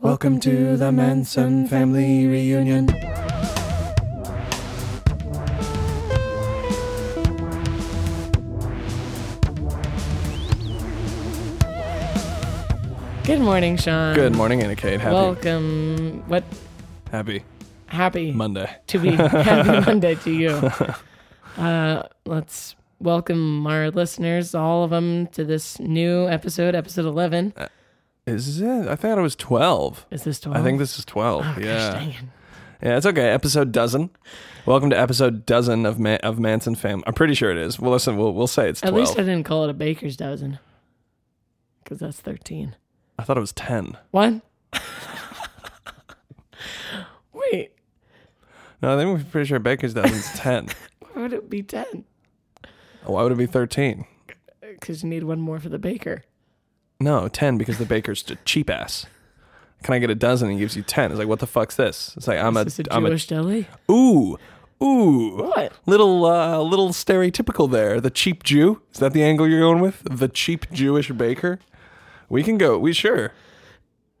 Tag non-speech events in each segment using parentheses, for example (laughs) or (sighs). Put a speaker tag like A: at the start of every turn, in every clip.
A: Welcome to the Manson family reunion.
B: Good morning, Sean.
A: Good morning, Anna Kate. Happy,
B: Welcome. What
A: happy
B: happy
A: Monday.
B: to be
A: (laughs)
B: happy Monday to you. Uh, let's welcome our listeners, all of them, to this new episode, episode eleven.
A: Is it? I thought it was 12.
B: Is this twelve?
A: Uh, I think this is
B: Oh,
A: 12.
B: gosh,
A: yeah.
B: dang it.
A: Yeah, it's okay. Episode dozen. Welcome to episode dozen of Ma- of Manson fam. I'm pretty sure it is. Well, listen, we'll, we'll say it's
B: At
A: 12.
B: least I didn't call it a baker's dozen, because that's thirteen.
A: I thought it was 10.
B: What? (laughs) Wait,
A: No, I think we're pretty sure
B: (laughs)
A: Baker's dozen's 10.
B: why would it be ten?
A: Why would it be 13?
B: Because you need one more for the baker.
A: No, 10 because the baker's a cheap ass. Can I get a dozen? He gives you 10. It's like, what the fuck's this? It's like, I'm a,
B: Is this a
A: I'm a,
B: Jewish deli?
A: ooh, ooh.
B: What?
A: Little, uh, little stereotypical there. The cheap Jew. Is that the angle you're going with? The cheap Jewish baker? We can go. We sure.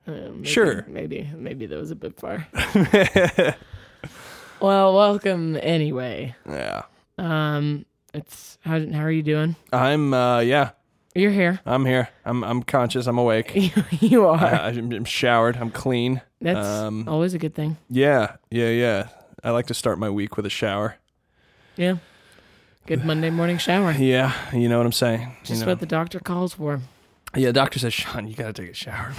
B: Uh, maybe,
A: Sure.
B: Maybe maybe that was a bit
A: (laughs)
B: far. well, welcome anyway.
A: Yeah.
B: Um it's how how are you doing?
A: I'm, uh, yeah,
B: You're here. (laughs)
A: I'm here. I'm, I'm conscious. I'm awake.
B: you you are.
A: I, I'm, I'm showered. I'm clean.
B: That's
A: Uh, um,
B: always a good thing.
A: Yeah. Yeah. Yeah. I like to start my week with a shower.
B: Yeah. Good Monday morning shower.
A: Yeah. (laughs) You know what I'm saying? You
B: Just
A: know.
B: what the doctor calls for.
A: Yeah, doctor says, Sean, you gotta take a shower,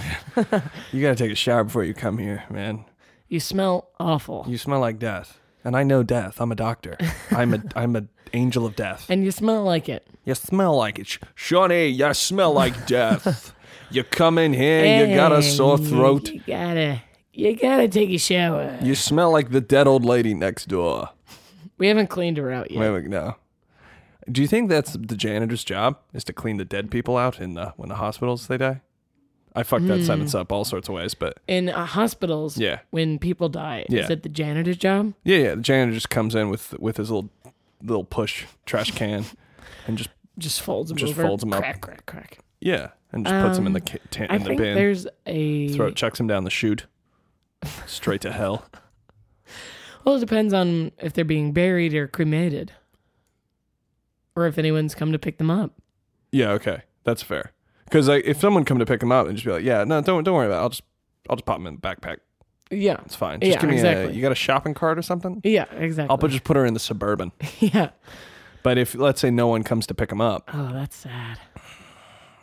A: man.
B: (laughs)
A: you gotta take a shower before you come here, man.
B: You smell awful.
A: You smell like death, and I know death. I'm
B: (laughs)
A: a doctor. I'm a I'm an angel of death.
B: And you smell like it.
A: You smell like it, Sh- Shawnee. You smell
B: (laughs)
A: like death. you come in here, you got a
B: Hey,
A: sore throat.
B: You gotta you gotta take a shower.
A: You smell like the dead old lady next door.
B: We haven't cleaned her out yet.
A: Wait, wait, no. Do you think that's the janitor's job is to clean the dead people out in the when the hospitals they die? I fucked that sentence
B: Hmm.
A: up all sorts of ways, but
B: In uh, hospitals,
A: Yeah.
B: when people die,
A: Yeah.
B: is it the janitor's job?
A: Yeah, yeah. The janitor just comes in with with his little little push trash
B: (laughs)
A: can, and just
B: Just folds them
A: Just
B: over.
A: folds 'em up.
B: Crack, crack, crack.
A: yeah, and just puts him in the ca- ta-
B: Um, I
A: in the
B: think
A: bin.
B: there's a
A: Throw chucks him down the chute, straight to hell.
B: well, it depends on if they're being buried or cremated, or if anyone's come to pick them up.
A: Yeah, okay, that's fair. Because like, if someone come to pick him up and just be like, "Yeah, no, don't don't worry about it. I'll just I'll just pop him in the backpack.
B: Yeah,
A: It's fine. Just
B: Yeah,
A: give me a
B: exactly.
A: you got a shopping cart or something.
B: yeah, exactly.
A: I'll put, just put her in the suburban.
B: (laughs) yeah.
A: But if let's say no one comes to pick him up,
B: Oh, that's sad.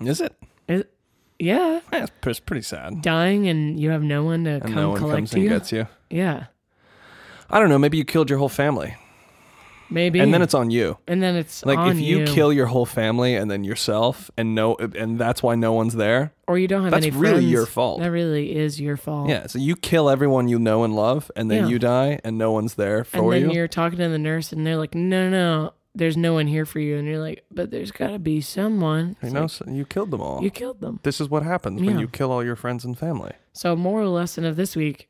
A: is it?
B: Is- yeah,
A: Yeah, it's pre- it's pretty sad.
B: dying and you have no one to
A: And
B: come
A: no one
B: collect
A: comes
B: you.
A: and gets you.
B: yeah,
A: I don't know. Maybe you killed your whole family,
B: maybe.
A: and then it's on you.
B: and then it's
A: Like
B: on
A: if you, kill your whole family and then yourself and no and that's why no one's there.
B: or you don't have
A: That's
B: any
A: really
B: friends,
A: your fault.
B: That really is your fault.
A: Yeah, so you kill everyone you know and love and then
B: Yeah.
A: you die and no one's there
B: And
A: for
B: then
A: you.
B: you're talking to the nurse, and they're like, "No, no, there's no one here for you." And you're like, "But there's got to be someone."
A: You
B: It's
A: know,
B: like,
A: so you killed them all.
B: you killed them.
A: this is what happens when
B: Yeah.
A: you kill all your friends and family.
B: So moral lesson of this week: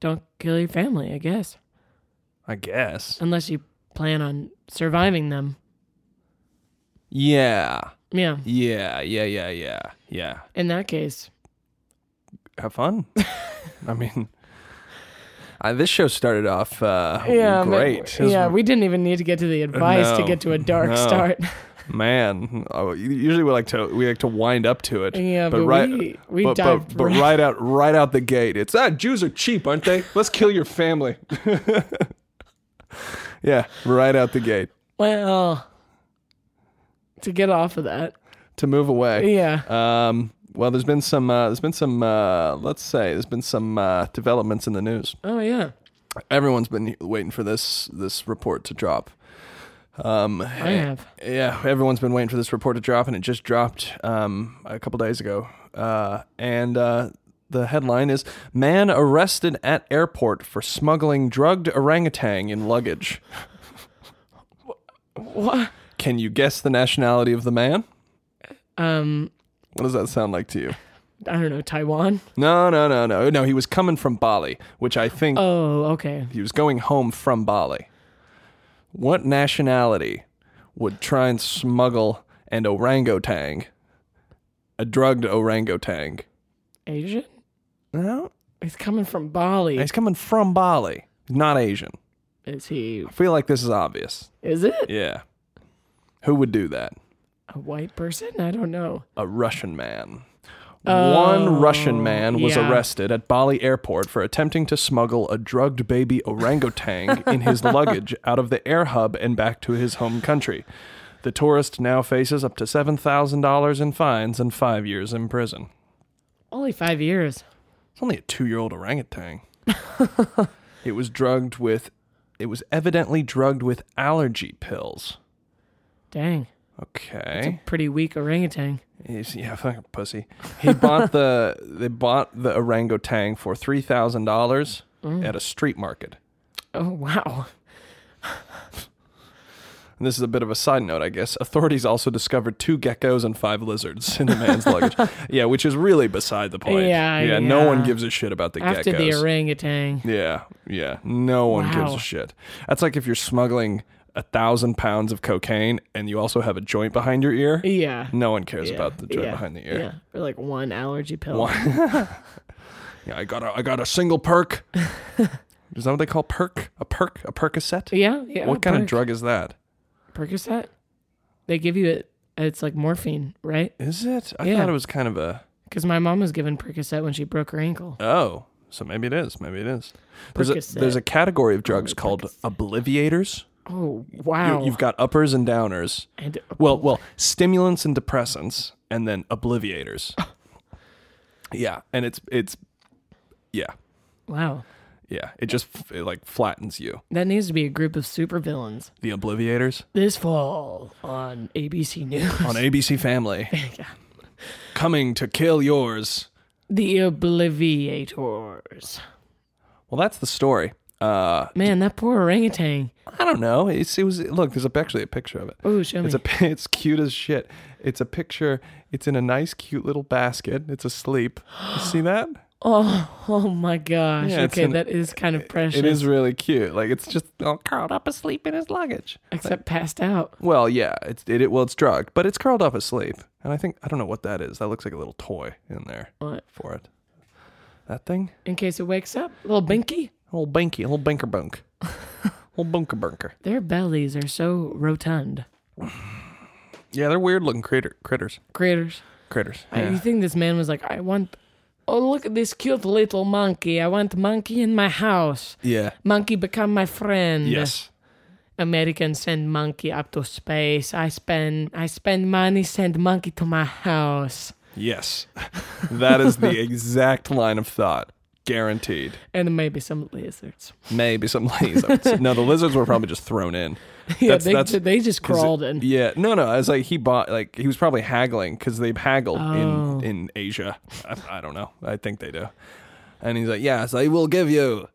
B: don't kill your family, I guess,
A: I guess.
B: unless you plan on surviving them.
A: Yeah.
B: Yeah,
A: Yeah, yeah, yeah, yeah. Yeah.
B: in that case,
A: Have (laughs) fun. I mean I, Uh, this show started off uh,
B: yeah,
A: great. It was
B: yeah, we didn't even need to get to the advice to
A: No,
B: get
A: (laughs)
B: to a dark
A: no.
B: start.
A: Man, oh, usually we like to we like to wind up to it.
B: Yeah, but we- we
A: but, but,
B: dived
A: but
B: right- (laughs)
A: right out right out the gate. It's ah, Jews are cheap, aren't they? Let's kill your family. (laughs) yeah, right out the gate
B: (laughs) well, to get off of that,
A: to move away.
B: yeah,
A: Um, well, there's been some uh, there's been some uh, let's say there's been some uh, developments in the news.
B: oh yeah,
A: Everyone's been waiting for this this report to drop. Um,
B: I have.
A: Yeah, everyone's been waiting for this report to drop, and it just dropped um, a couple days ago. Uh, and uh, the headline is Man Arrested at Airport for Smuggling Drugged Orangutan in Luggage.
B: What?
A: Can you guess the nationality of the man?
B: Um,
A: What does that sound like to you?
B: I don't know, Taiwan.
A: No, no, no, no. No, he was coming from Bali, which I think
B: Oh, okay.
A: he was going home from Bali. What nationality would try and smuggle an orangutan, a drugged orangutan?
B: Asian?
A: No,
B: He's coming from Bali.
A: He's coming from Bali, not Asian.
B: Is he?
A: I feel like this is obvious.
B: Is it
A: Yeah. Who would do that?
B: a white person? I don't know.
A: A Russian man.
B: Oh,
A: One Russian man was
B: yeah.
A: arrested at Bali airport for attempting to smuggle a drugged baby
B: (laughs)
A: orangutan in his luggage out of the air hub and back to his home country. The tourist now faces up to $7,000 in fines and five years in prison.
B: Only five years.
A: It's only a two year
B: (laughs)
A: old orangutan. it was drugged with, it was evidently drugged with allergy pills.
B: Dang.
A: Okay.
B: Pretty weak orangutan.
A: He's, yeah, (laughs) fucking pussy. He
B: (laughs)
A: bought the, they bought the orangutan for $3,000
B: Mm.
A: at a street market.
B: Oh wow.
A: And this is a bit of a side note, I guess. Authorities also discovered two geckos and five lizards in
B: (laughs)
A: the man's luggage. Yeah, which is really beside the point.
B: Yeah,
A: no
B: yeah.
A: one gives a shit about the
B: After
A: geckos.
B: the orangutan.
A: Yeah, yeah. No one gives
B: Wow.
A: a shit. That's like if you're smuggling a thousand pounds of cocaine and you also have a joint behind your ear.
B: Yeah.
A: No one cares
B: yeah,
A: about the joint
B: yeah,
A: behind the ear.
B: Yeah. Or like one allergy pill.
A: One- Yeah, I got a, I got a single perk. (laughs) is that what they call perk? A perk? A Percocet?
B: Yeah. yeah
A: what kind of
B: Perc-
A: drug is that?
B: Percocet. They give you it. It's like morphine, right?
A: Is it? I
B: Yeah.
A: thought it was kind of a
B: Because my mom was given Percocet when she broke her ankle.
A: oh. So maybe it is. Maybe it is. There's
B: Percocet.
A: a there's a category of drugs called obliviators.
B: Oh
A: You-
B: wow.
A: you've got uppers and downers.
B: and
A: Well, well, stimulants and depressants, and then
B: (laughs)
A: obliviators. yeah, and it's it's, yeah,
B: wow.
A: yeah. It just f- it like flattens you.
B: That needs to be a group of supervillains.
A: The obliviators
B: This fall on ABC News. (laughs)
A: on ABC Family coming to kill yours.
B: the Obliviators.
A: Well, that's the story. Uh,
B: Man, that poor orangutan.
A: I don't know. It's, it was look. There's a, actually a picture of it.
B: Oh, show me.
A: It's a pi- (laughs) it's cute as shit. It's a picture. It's in a nice, cute little basket. It's asleep. You see that?
B: oh, oh my gosh.
A: Yeah, it's
B: okay,
A: an-
B: that is kind of precious.
A: It is really cute. Like it's just all curled up asleep in his luggage.
B: Except passed out.
A: Well, yeah, it's it, it well, it's drugged, but it's curled up asleep, and I think I don't know what that is. That looks like a little toy in there
B: What?
A: for it. That thing,
B: In case it wakes up, little Binky.
A: a little binky, a little binker (laughs) bunk, little bunker bunker.
B: Their bellies are so rotund.
A: Yeah, they're weird looking critter critters.
B: Critters.
A: Critters.
B: I- you
A: Yeah.
B: think this man was like, I want. Oh, look at this cute little monkey. I want monkey in my house.
A: yeah.
B: Monkey become my friend.
A: Yes.
B: Americans send monkey up to space. I spend I spend money send monkey to my house.
A: Yes. (laughs) that is the exact line of thought, guaranteed.
B: And maybe some lizards. (laughs)
A: Maybe some (laughs) lizards. no, the lizards were probably just thrown in.
B: yeah,
A: That's-
B: they,
A: that's-
B: they just
A: 'Cause it-
B: crawled in.
A: Yeah, no, no. I was like, he bought like he was probably haggling because they've haggled
B: Oh.
A: in in Asia. I, I don't know. I think they do. And he's like, yes, I will give you.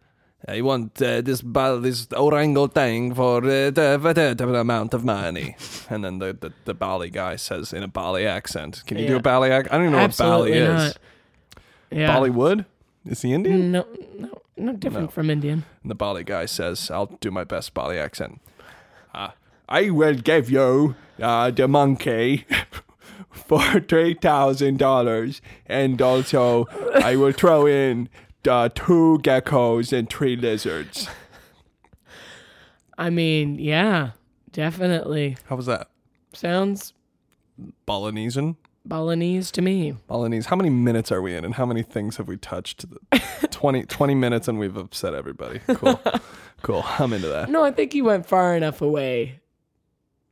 A: I want uh, this ba- this orangutan for uh, the, for the, the amount of money. And then the, the the Bali guy says in a Bali accent, "Can you do
B: Yeah.
A: a Bali accent? I don't even know
B: Absolutely
A: what Bali
B: not.
A: is.
B: Yeah.
A: Bollywood is he Indian?
B: No, no, no different from Indian.
A: And the Bali guy says, I'll do my best Bali accent. Uh, I will give you uh, the monkey (laughs) for $3,000. And also, I will throw in the two geckos and three lizards.
B: I mean, yeah, definitely
A: How was that?
B: sounds
A: Balinesian?
B: Balinese to me.
A: Balinese. How many minutes are we in and how many things have we touched? 20, 20 minutes and we've upset everybody. Cool. cool. I'm into that.
B: No, I think you went far enough away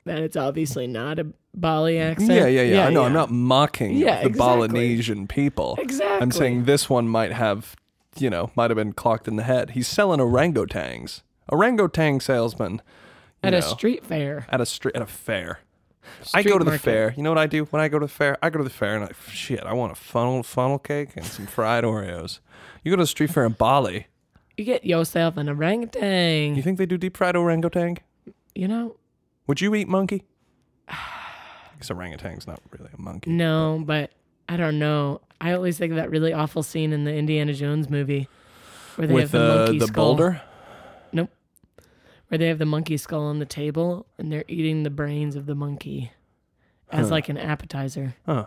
B: that it's obviously not a Bali accent.
A: Yeah, yeah, yeah. I know. I'm
B: yeah.
A: not mocking
B: Yeah,
A: the
B: exactly.
A: Balinesian people.
B: Exactly.
A: I'm saying this one might have, you know, might have been clocked in the head. He's selling orangutans. Orangutan salesman. you
B: at a
A: know,
B: street fair.
A: at a street at a fair. I go to the
B: market.
A: fair. You know what I do when I go to the fair? I go to the fair and I shit. I want a funnel funnel cake and some fried Oreos. You go to the street fair in Bali.
B: You get yourself an orangutan.
A: You think they do deep fried orangutan?
B: you know,
A: Would you eat monkey? (sighs) Because orangutan's not really a monkey.
B: No, but I don't know. I always think of that really awful scene in the Indiana Jones movie where they have
A: With
B: the
A: uh,
B: monkey
A: the
B: skull,
A: boulder.
B: where they have the monkey skull on the table and they're eating the brains of the monkey as like an appetizer.
A: Huh.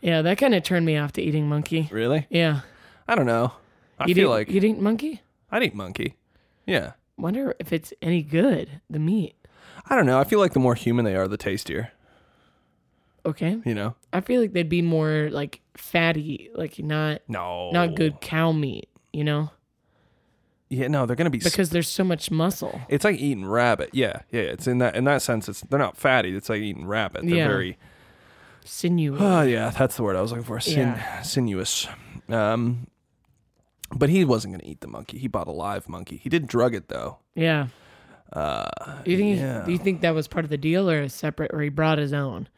B: Yeah, that kind of turned me off to eating monkey.
A: Really?
B: Yeah.
A: I don't know. I
B: You'd
A: feel
B: eat-
A: like
B: you'd eat monkey.
A: I'd eat monkey. Yeah.
B: Wonder if it's any good. The meat.
A: I don't know. I feel like the more human they are, the tastier.
B: Okay.
A: You know?
B: I feel like they'd be more like fatty, like not
A: No.
B: not good cow meat. You know,
A: Yeah. No, they're gonna be. s
B: because there's so much muscle.
A: it's like eating rabbit. Yeah. Yeah. It's in that in that sense. It's they're not fatty. It's like eating rabbit. They're
B: Yeah.
A: very. (gasps)
B: sinewy.
A: Oh yeah, that's the word I was looking for. Sin,
B: Yeah.
A: Sinuous. Um. But he wasn't gonna eat the monkey. He bought a live monkey. He did drug it though.
B: Yeah. Uh, you think
A: yeah.
B: do you think that was part of the deal or a separate or he brought his own?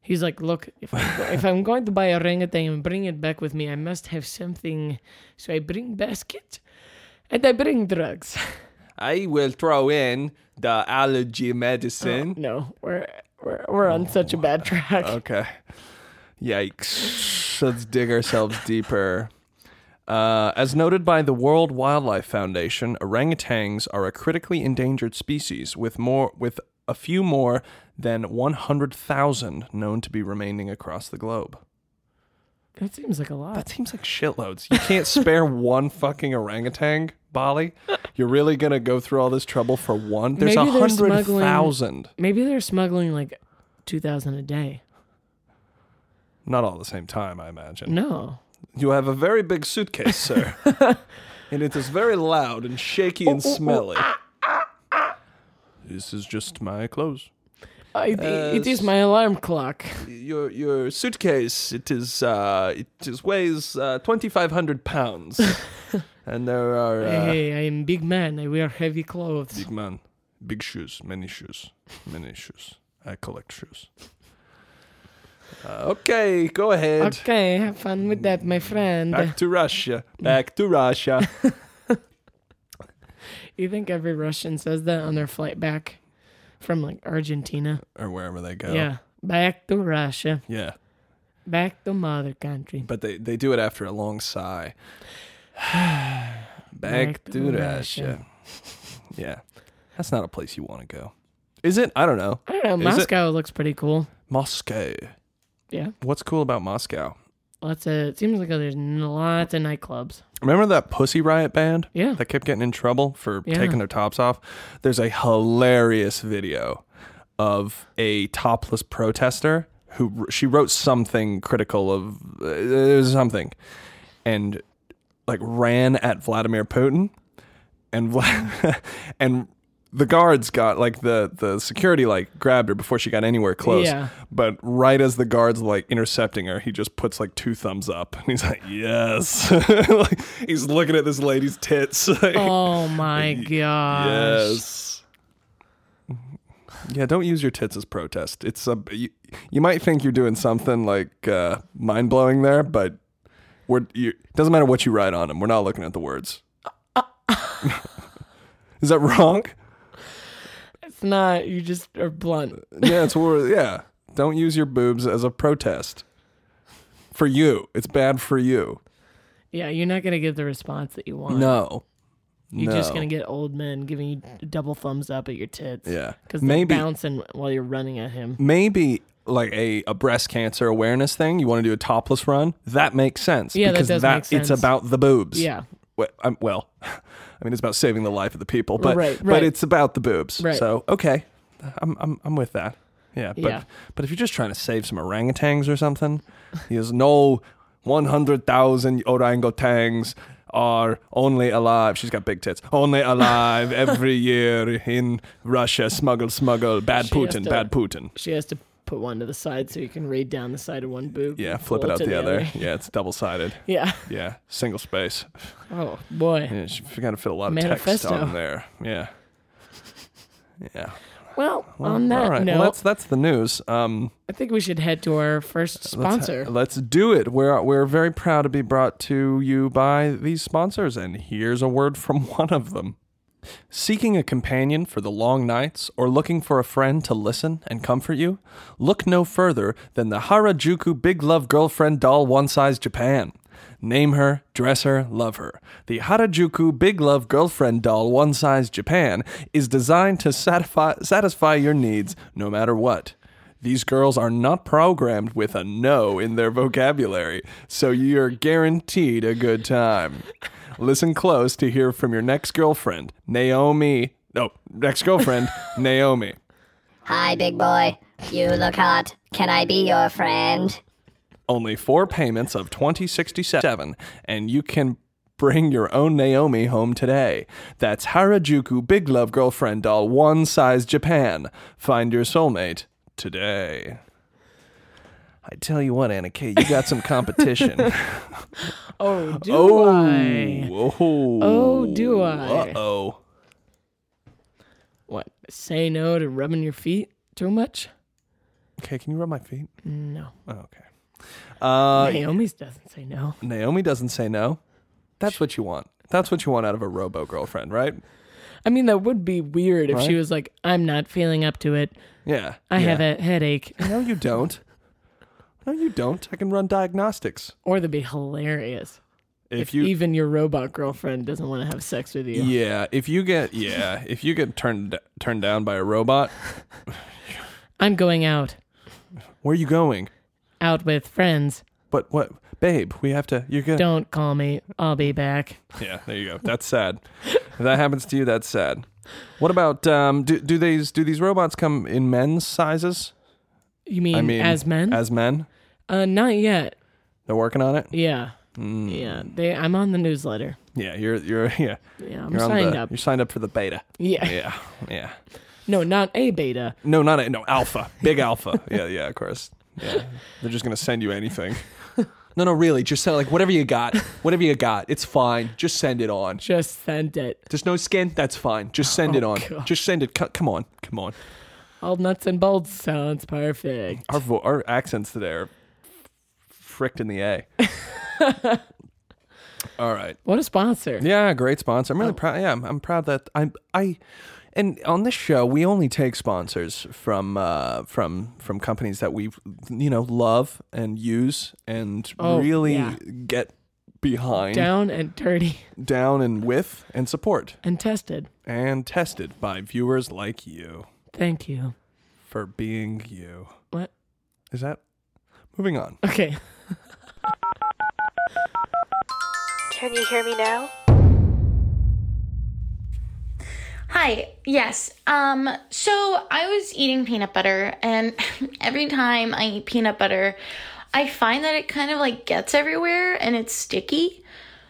B: He's like, look, if I'm, go- if I'm going to buy a orangutan and bring it back with me, I must have something. So I bring basket, and I bring drugs. (laughs)
A: I will throw in the allergy medicine.
B: no, we're we're we're on such a bad track.
A: Okay. Yikes. Let's dig ourselves deeper. Uh, as noted by the World Wildlife Foundation, orangutans are a critically endangered species with more with a few more than 100,000 known to be remaining across the globe.
B: that seems like a lot.
A: That seems like shitloads. You can't spare one fucking orangutan, Bali. You're really going to go through all this trouble for one? There's a
B: Maybe they're smuggling-
A: 100,000.
B: Maybe they're smuggling like two thousand a day.
A: Not all at the same time, I imagine.
B: No,
A: You have a very big suitcase,
B: (laughs)
A: sir. and it is very loud and shaky
B: Oh,
A: and smelly.
B: ah,
A: This is just my clothes.
B: I, it is
A: s-
B: my alarm clock.
A: Your your suitcase, it is uh it is weighs uh, 2500
B: (laughs)
A: pounds. and there are uh,
B: hey, I am big man. I wear heavy clothes.
A: big man, big shoes, many shoes, many shoes. I collect shoes. Uh, okay, go ahead.
B: Okay, have fun with that, my friend.
A: Back to Russia. Back to
B: (laughs)
A: Russia.
B: you think every Russian says that on their flight back from like Argentina?
A: or wherever they go.
B: Yeah. Back to Russia.
A: Yeah.
B: Back to mother country.
A: but they, they do it after a long sigh. (sighs) Back
B: Back
A: to
B: to
A: Russia. Yeah. That's not a place you want to go. Is it? I don't know.
B: I don't know.
A: Is it-
B: Moscow looks pretty cool.
A: Moscow.
B: Yeah.
A: What's cool about Moscow?
B: Lots of, it seems like there's n- lots of nightclubs.
A: Remember that Pussy Riot band
B: Yeah.
A: that kept getting in trouble for
B: Yeah.
A: taking their tops off? There's a hilarious video of a topless protester who she wrote something critical of uh, it was something and like ran at Vladimir Putin and Vla- (laughs) and the guards got like the the security like grabbed her before she got anywhere close.
B: Yeah.
A: But right as the guards like intercepting her, he just puts like two thumbs up and he's like, "Yes." (laughs) like, he's looking at this lady's tits. (laughs)
B: (laughs)
A: like,
B: Oh my gosh.
A: yes. Yeah, don't use your tits as protest. It's a you, you might think you're doing something like uh, mind blowing there, but we're you, doesn't matter what you write on them. We're not looking at the words.
B: Uh,
A: (laughs) Is that wrong?
B: It's not, you just are blunt.
A: Yeah, it's wor- yeah. Don't use your boobs as a protest. For you, it's bad for you.
B: Yeah, you're not going to get the response that you want.
A: No,
B: You're just
A: No.
B: going to get old men giving you double thumbs up at your tits.
A: Yeah.
B: Because they're
A: Maybe
B: bouncing while you're running at him.
A: maybe like a, a breast cancer awareness thing. You want to do a topless run? That makes sense.
B: Yeah, that
A: because
B: does make sense.
A: It's about the boobs.
B: Yeah.
A: Well, I'm, well, (laughs) I mean, it's about saving the life of the people, but
B: Right,
A: but
B: right.
A: it's about the boobs.
B: Right.
A: So okay, I'm I'm I'm with that. Yeah. But
B: Yeah.
A: but if you're just trying to save some orangutans or something, (laughs) there's no one hundred thousand orangutans are only alive. She's got big tits. Only
B: (laughs)
A: alive every year in Russia. Smuggle, smuggle. Bad
B: She has
A: Putin.
B: to-
A: Bad Putin.
B: She has to put one to the side so you can read down the side of one boob.
A: Yeah,
B: and
A: flip
B: pull
A: it out
B: to
A: the, other. Yeah, it's double sided.
B: Yeah. (laughs)
A: Yeah, single space.
B: Oh boy.
A: Yeah, she got to fit a lot of text
B: Manifesto.
A: on there. Yeah, yeah.
B: Well, on that
A: All right.
B: note,
A: Well, that's that's the news. Um,
B: I think we should head to our first
A: let's-
B: sponsor.
A: Let's, do it. We're we're very proud to be brought to you by these sponsors, and here's a word from (laughs) one of them. Seeking a companion for the long nights or looking for a friend to listen and comfort you? Look no further than the Harajuku Big Love Girlfriend Doll One Size Japan. Name her, dress her, love her. The Harajuku Big Love Girlfriend Doll One Size Japan is designed to satisfy, satisfy your needs no matter what. These girls are not programmed with a no in their vocabulary, so you're guaranteed a good time. Listen close to hear from your next girlfriend, Naomi. No, next girlfriend, Naomi.
C: Hi, big boy. You look hot. Can I be your friend?
A: Only four payments of twenty sixty seven, and you can bring your own Naomi home today. That's Harajuku Big Love Girlfriend Doll One Size Japan. Find your soulmate today. I tell you what, Anna Kate, you got some competition.
B: Oh, do
A: oh,
B: I?
A: oh,
B: Oh, do I?
A: uh oh.
B: What? Say no to rubbing your feet too much?
A: Okay, can you rub my feet?
B: No.
A: Oh, okay. Uh,
B: Naomi's doesn't say no.
A: Naomi doesn't say no. That's what you want. That's what you want out of a robo girlfriend, right?
B: I mean, that would be weird if she
A: Right?
B: was like, I'm not feeling up to it.
A: Yeah.
B: I
A: yeah.
B: have a headache. (laughs)
A: No, you don't. No, you don't. I can run diagnostics.
B: Or that'd be hilarious.
A: If,
B: If,
A: you,
B: even your robot girlfriend doesn't want to have sex with you.
A: yeah, if you get, yeah, if you get turned turned down by a robot,
B: I'm going out.
A: where are you going?
B: Out with friends.
A: But what, babe? We have to. You're gonna.
B: Don't call me. I'll be back.
A: Yeah, there you go. That's sad. if that happens to you, that's sad. What about um? Do do these do these robots come in men's sizes?
B: You mean,
A: I mean,
B: as men?
A: As men,
B: uh, not yet.
A: they're working on it.
B: Yeah.
A: Hmm.
B: Yeah. They, I'm on the newsletter.
A: Yeah, you're you're (laughs) yeah.
B: Yeah. I'm
A: You're on
B: signed
A: the, (laughs)
B: up.
A: You're signed up for
B: (laughs)
A: the beta.
B: Yeah.
A: Yeah, yeah.
B: No, not a beta.
A: No, not a, no alpha, big alpha. yeah, yeah, of course. Yeah, they're just gonna send you
B: (laughs)
A: anything. no, no, really, just send like whatever you got, whatever you got. It's fine. Just send it on.
B: Just send it.
A: There's no skin. That's fine. Just send it on.
B: Oh, God.
A: Just send it. Co- Come on, come on.
B: All nuts and bolts sounds perfect.
A: Our vo- our accents today are fricked in the a.
B: (laughs)
A: All right.
B: What a sponsor.
A: Yeah, great sponsor.
B: Oh.
A: I'm really proud. Yeah, I'm, I'm proud that I I and on this show we only take sponsors from uh from from companies that we you know love and use and
B: Oh,
A: really
B: yeah.
A: get behind
B: Down and dirty
A: down and with and support
B: and tested.
A: and tested by viewers like you
B: Thank you.
A: for being you.
B: What?
A: Is that moving on?
B: Okay. (laughs)
D: Can you hear me now?
E: Hi. Yes. Um so I was eating peanut butter and (laughs) every time I eat peanut butter, I find that it kind of like gets everywhere and it's sticky.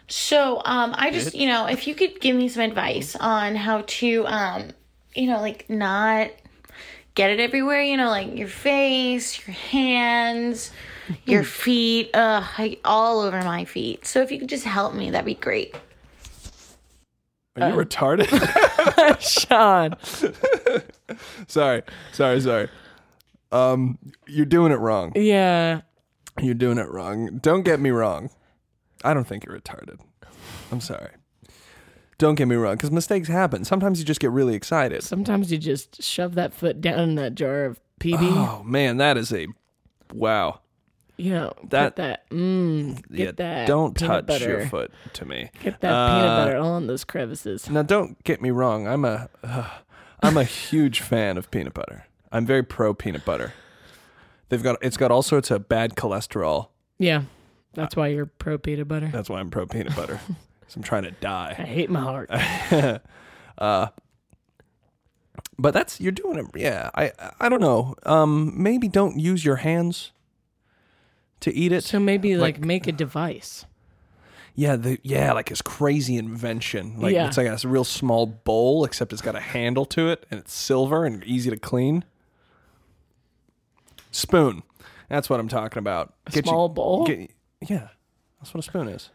E: So, um I just, you know, if you could give me some advice on how to um you know, like not get it everywhere, you know, like your face, your hands, your feet, uh all over my feet. So if you could just help me, that'd be great.
A: Are you
B: Uh,
A: retarded? (laughs)
B: Sean.
A: sorry, sorry, sorry. Um, you're doing it wrong.
B: Yeah.
A: You're doing it wrong. Don't get me wrong. I don't think you're retarded. I'm sorry. Don't get me wrong, because mistakes happen. Sometimes you just get really excited.
B: Sometimes you just shove that foot down in that jar of PB.
A: Oh man, that is a wow.
B: you know,
A: that-
B: that that mmm. Get
A: Yeah,
B: that.
A: don't touch
B: peanut butter.
A: your foot to me.
B: Get that
A: Uh,
B: peanut butter all in those crevices.
A: Now, don't get me wrong. I'm a (sighs) am a huge fan of peanut butter. I'm very pro peanut butter. They've got it's got all sorts of bad cholesterol.
B: Yeah. That's why you're pro peanut butter.
A: That's why I'm pro
B: (laughs)
A: peanut butter. 'Cause I'm trying to die.
B: I hate my heart.
A: Uh, But that's you're doing it. Yeah, I I don't know. Um, maybe don't use your hands to eat it.
B: So maybe like make a device.
A: yeah, the, yeah, like his crazy invention. Like
B: Yeah.
A: it's like a real small bowl, except it's got a handle to it, and it's silver and easy to clean. Spoon. That's what I'm talking about.
B: A small bowl?
A: get- yeah, that's what a spoon is.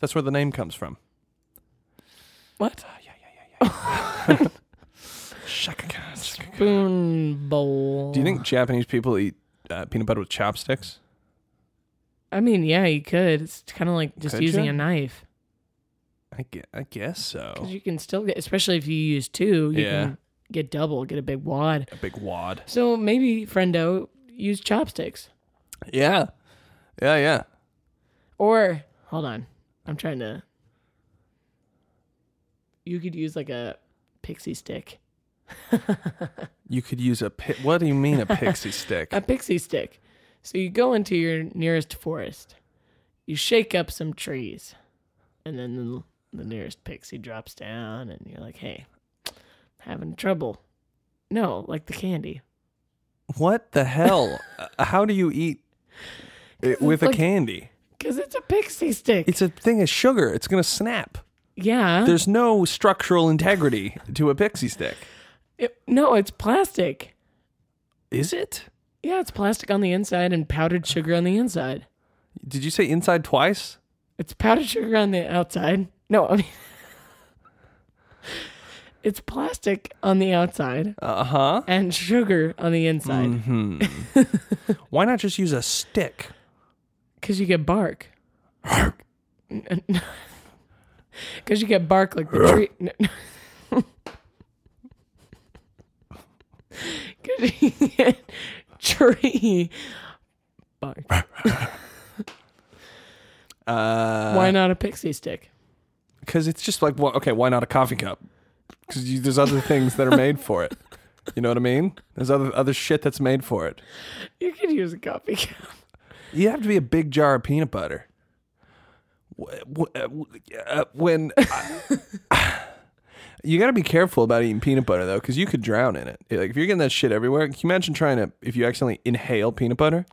A: That's where the name comes from. Ah,
B: What? (laughs)
A: Shaka-ka, shaka-ka.
B: Spoon bowl.
A: Do you think Japanese people eat uh, peanut butter with chopsticks?
B: I mean, yeah, you could. It's kind of like just
A: Could
B: using
A: you?
B: a knife.
A: I guess, I guess so.
B: 'Cause you can still get, especially if you use two, you
A: Oh. Yeah.
B: can get double, get a big wad.
A: a big wad.
B: So maybe, friendo, use chopsticks.
A: Yeah. Yeah, yeah.
B: Or, hold on, I'm trying to. You could use like a pixie stick.
A: You could use a pi- what do you mean a (laughs) pixie stick?
B: a pixie stick. So you go into your nearest forest, you shake up some trees, and then the, the nearest pixie drops down, and you're like, hey, having trouble. No, like the candy.
A: What the hell? Uh, (laughs) How do you eat it with a
B: like-
A: candy?
B: Because it's a pixie stick.
A: It's a thing of sugar. It's going to snap.
B: yeah.
A: There's no structural integrity to a pixie stick.
B: It- no, it's plastic.
A: Is it?
B: Yeah, it's plastic on the inside and powdered sugar on the inside.
A: Did you say inside twice?
B: It's powdered sugar on the outside. No, I mean, (laughs) it's plastic on the outside
A: Uh huh.
B: and sugar on the inside
A: Hmm. Why not just use a stick?
B: because you get bark. (laughs) Because you get bark like the tree. (laughs) Because you get tree bark.
A: Uh,
B: Why not a pixie stick?
A: Because it's just like, well, okay, why not a coffee cup? Because there's other things that are made for it. You know what I mean? There's other other shit that's made for it.
B: You could use a coffee cup.
A: You have to be a big jar of peanut butter. Wh- wh- uh, w- uh, When you got to be careful about eating peanut butter though, because you could drown in it. Like if you're getting that shit everywhere, can you imagine trying to if you accidentally inhale peanut butter?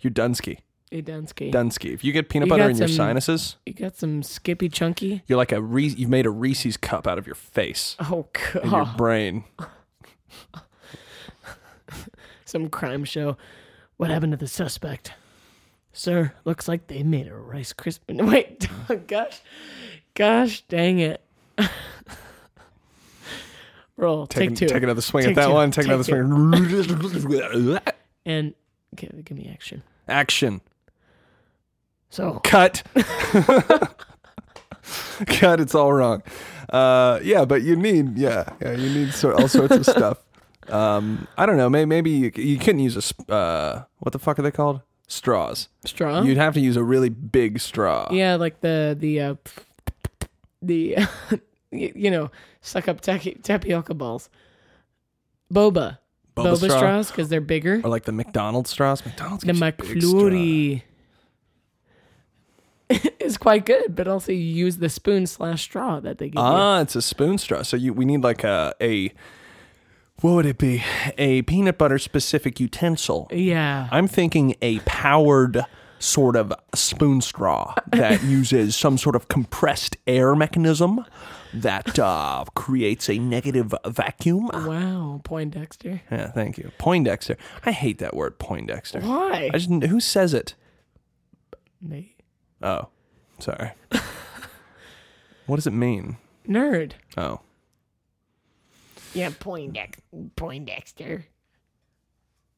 A: You're Dunsky.
B: Hey, Dunsky.
A: Dunsky. If you get peanut
B: You
A: butter
B: got
A: in your
B: some-
A: sinuses,
B: you got some Skippy Chunky?
A: you're like a Reese, you've made a Reese's cup out of your face
B: Oh,
A: and your
B: God.
A: brain.
B: Some crime show. What happened to the suspect? Sir, looks like they made a Rice Krispie. (laughs) Wait, gosh. Gosh dang it. (laughs) Roll. Take,
A: an-
B: two.
A: Take another swing
B: Take
A: at that
B: two.
A: one. Take, another
B: Take
A: swing.
B: And give, give me (laughs) action.
A: Action.
B: So,
A: Cut. (laughs) Cut. It's all wrong. Uh, yeah, but you need yeah, yeah you need sort all sorts of stuff. (laughs) Um, I don't know. Maybe maybe you, you couldn't use a sp- uh, what the fuck are they called? Straws.
B: straw?
A: You'd have to use a really big straw.
B: yeah, like the, the, uh, the, (laughs) you you know, suck up taki- tapioca balls. Boba. boba,
A: straw.
B: straws because they're bigger.
A: Or like the McDonald's straws. McDonald's.
B: The
A: gives you a big straw.
B: McFlurry (laughs) is quite good, but also you use the spoon slash straw that they give you.
A: Ah, it's a spoon straw. So you, we need like a a what would it be? A peanut butter specific utensil.
B: Yeah,
A: I'm thinking a powered sort of spoon straw
B: (laughs)
A: that uses some sort of compressed air mechanism that uh, creates a negative vacuum.
B: wow, Poindexter.
A: Yeah, thank you. Poindexter. I hate that word Poindexter.
B: Why?
A: I just who says it?
B: Me.
A: Oh,
B: (laughs)
A: sorry. what does it mean?
B: Nerd.
A: Oh.
B: Yeah, Poindex Poindexter.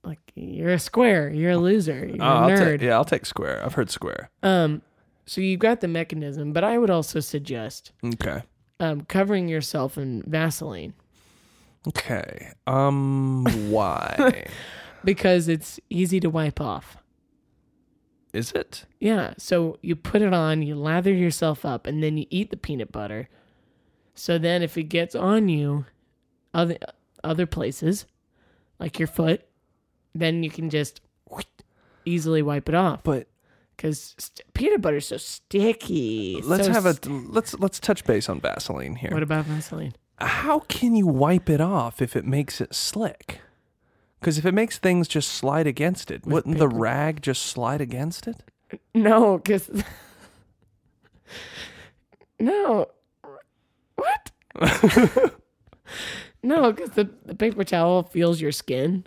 B: Like you're a square. You're a loser. You're
A: Oh, I'll
B: a
A: ta-
B: nerd.
A: yeah, I'll take square. I've heard square.
B: Um, so you've got the mechanism, but I would also suggest
A: Okay.
B: um covering yourself in Vaseline
A: Okay. Um (laughs) why?
B: because it's easy to wipe off.
A: Is it?
B: Yeah. So you put it on, you lather yourself up, and then you eat the peanut butter. So then, if it gets on you, other other places, like your foot, then you can just easily wipe it off.
A: But
B: Because st- peanut butter's so sticky.
A: let's
B: So
A: have a
B: st-
A: let's let's touch base on Vaseline here.
B: What about Vaseline?
A: How can you wipe it off if it makes it slick? Because if it makes things just slide against it, wouldn't the rag just slide against it?
B: No, because (laughs) no, what? (laughs) no, because the, the paper towel feels your skin.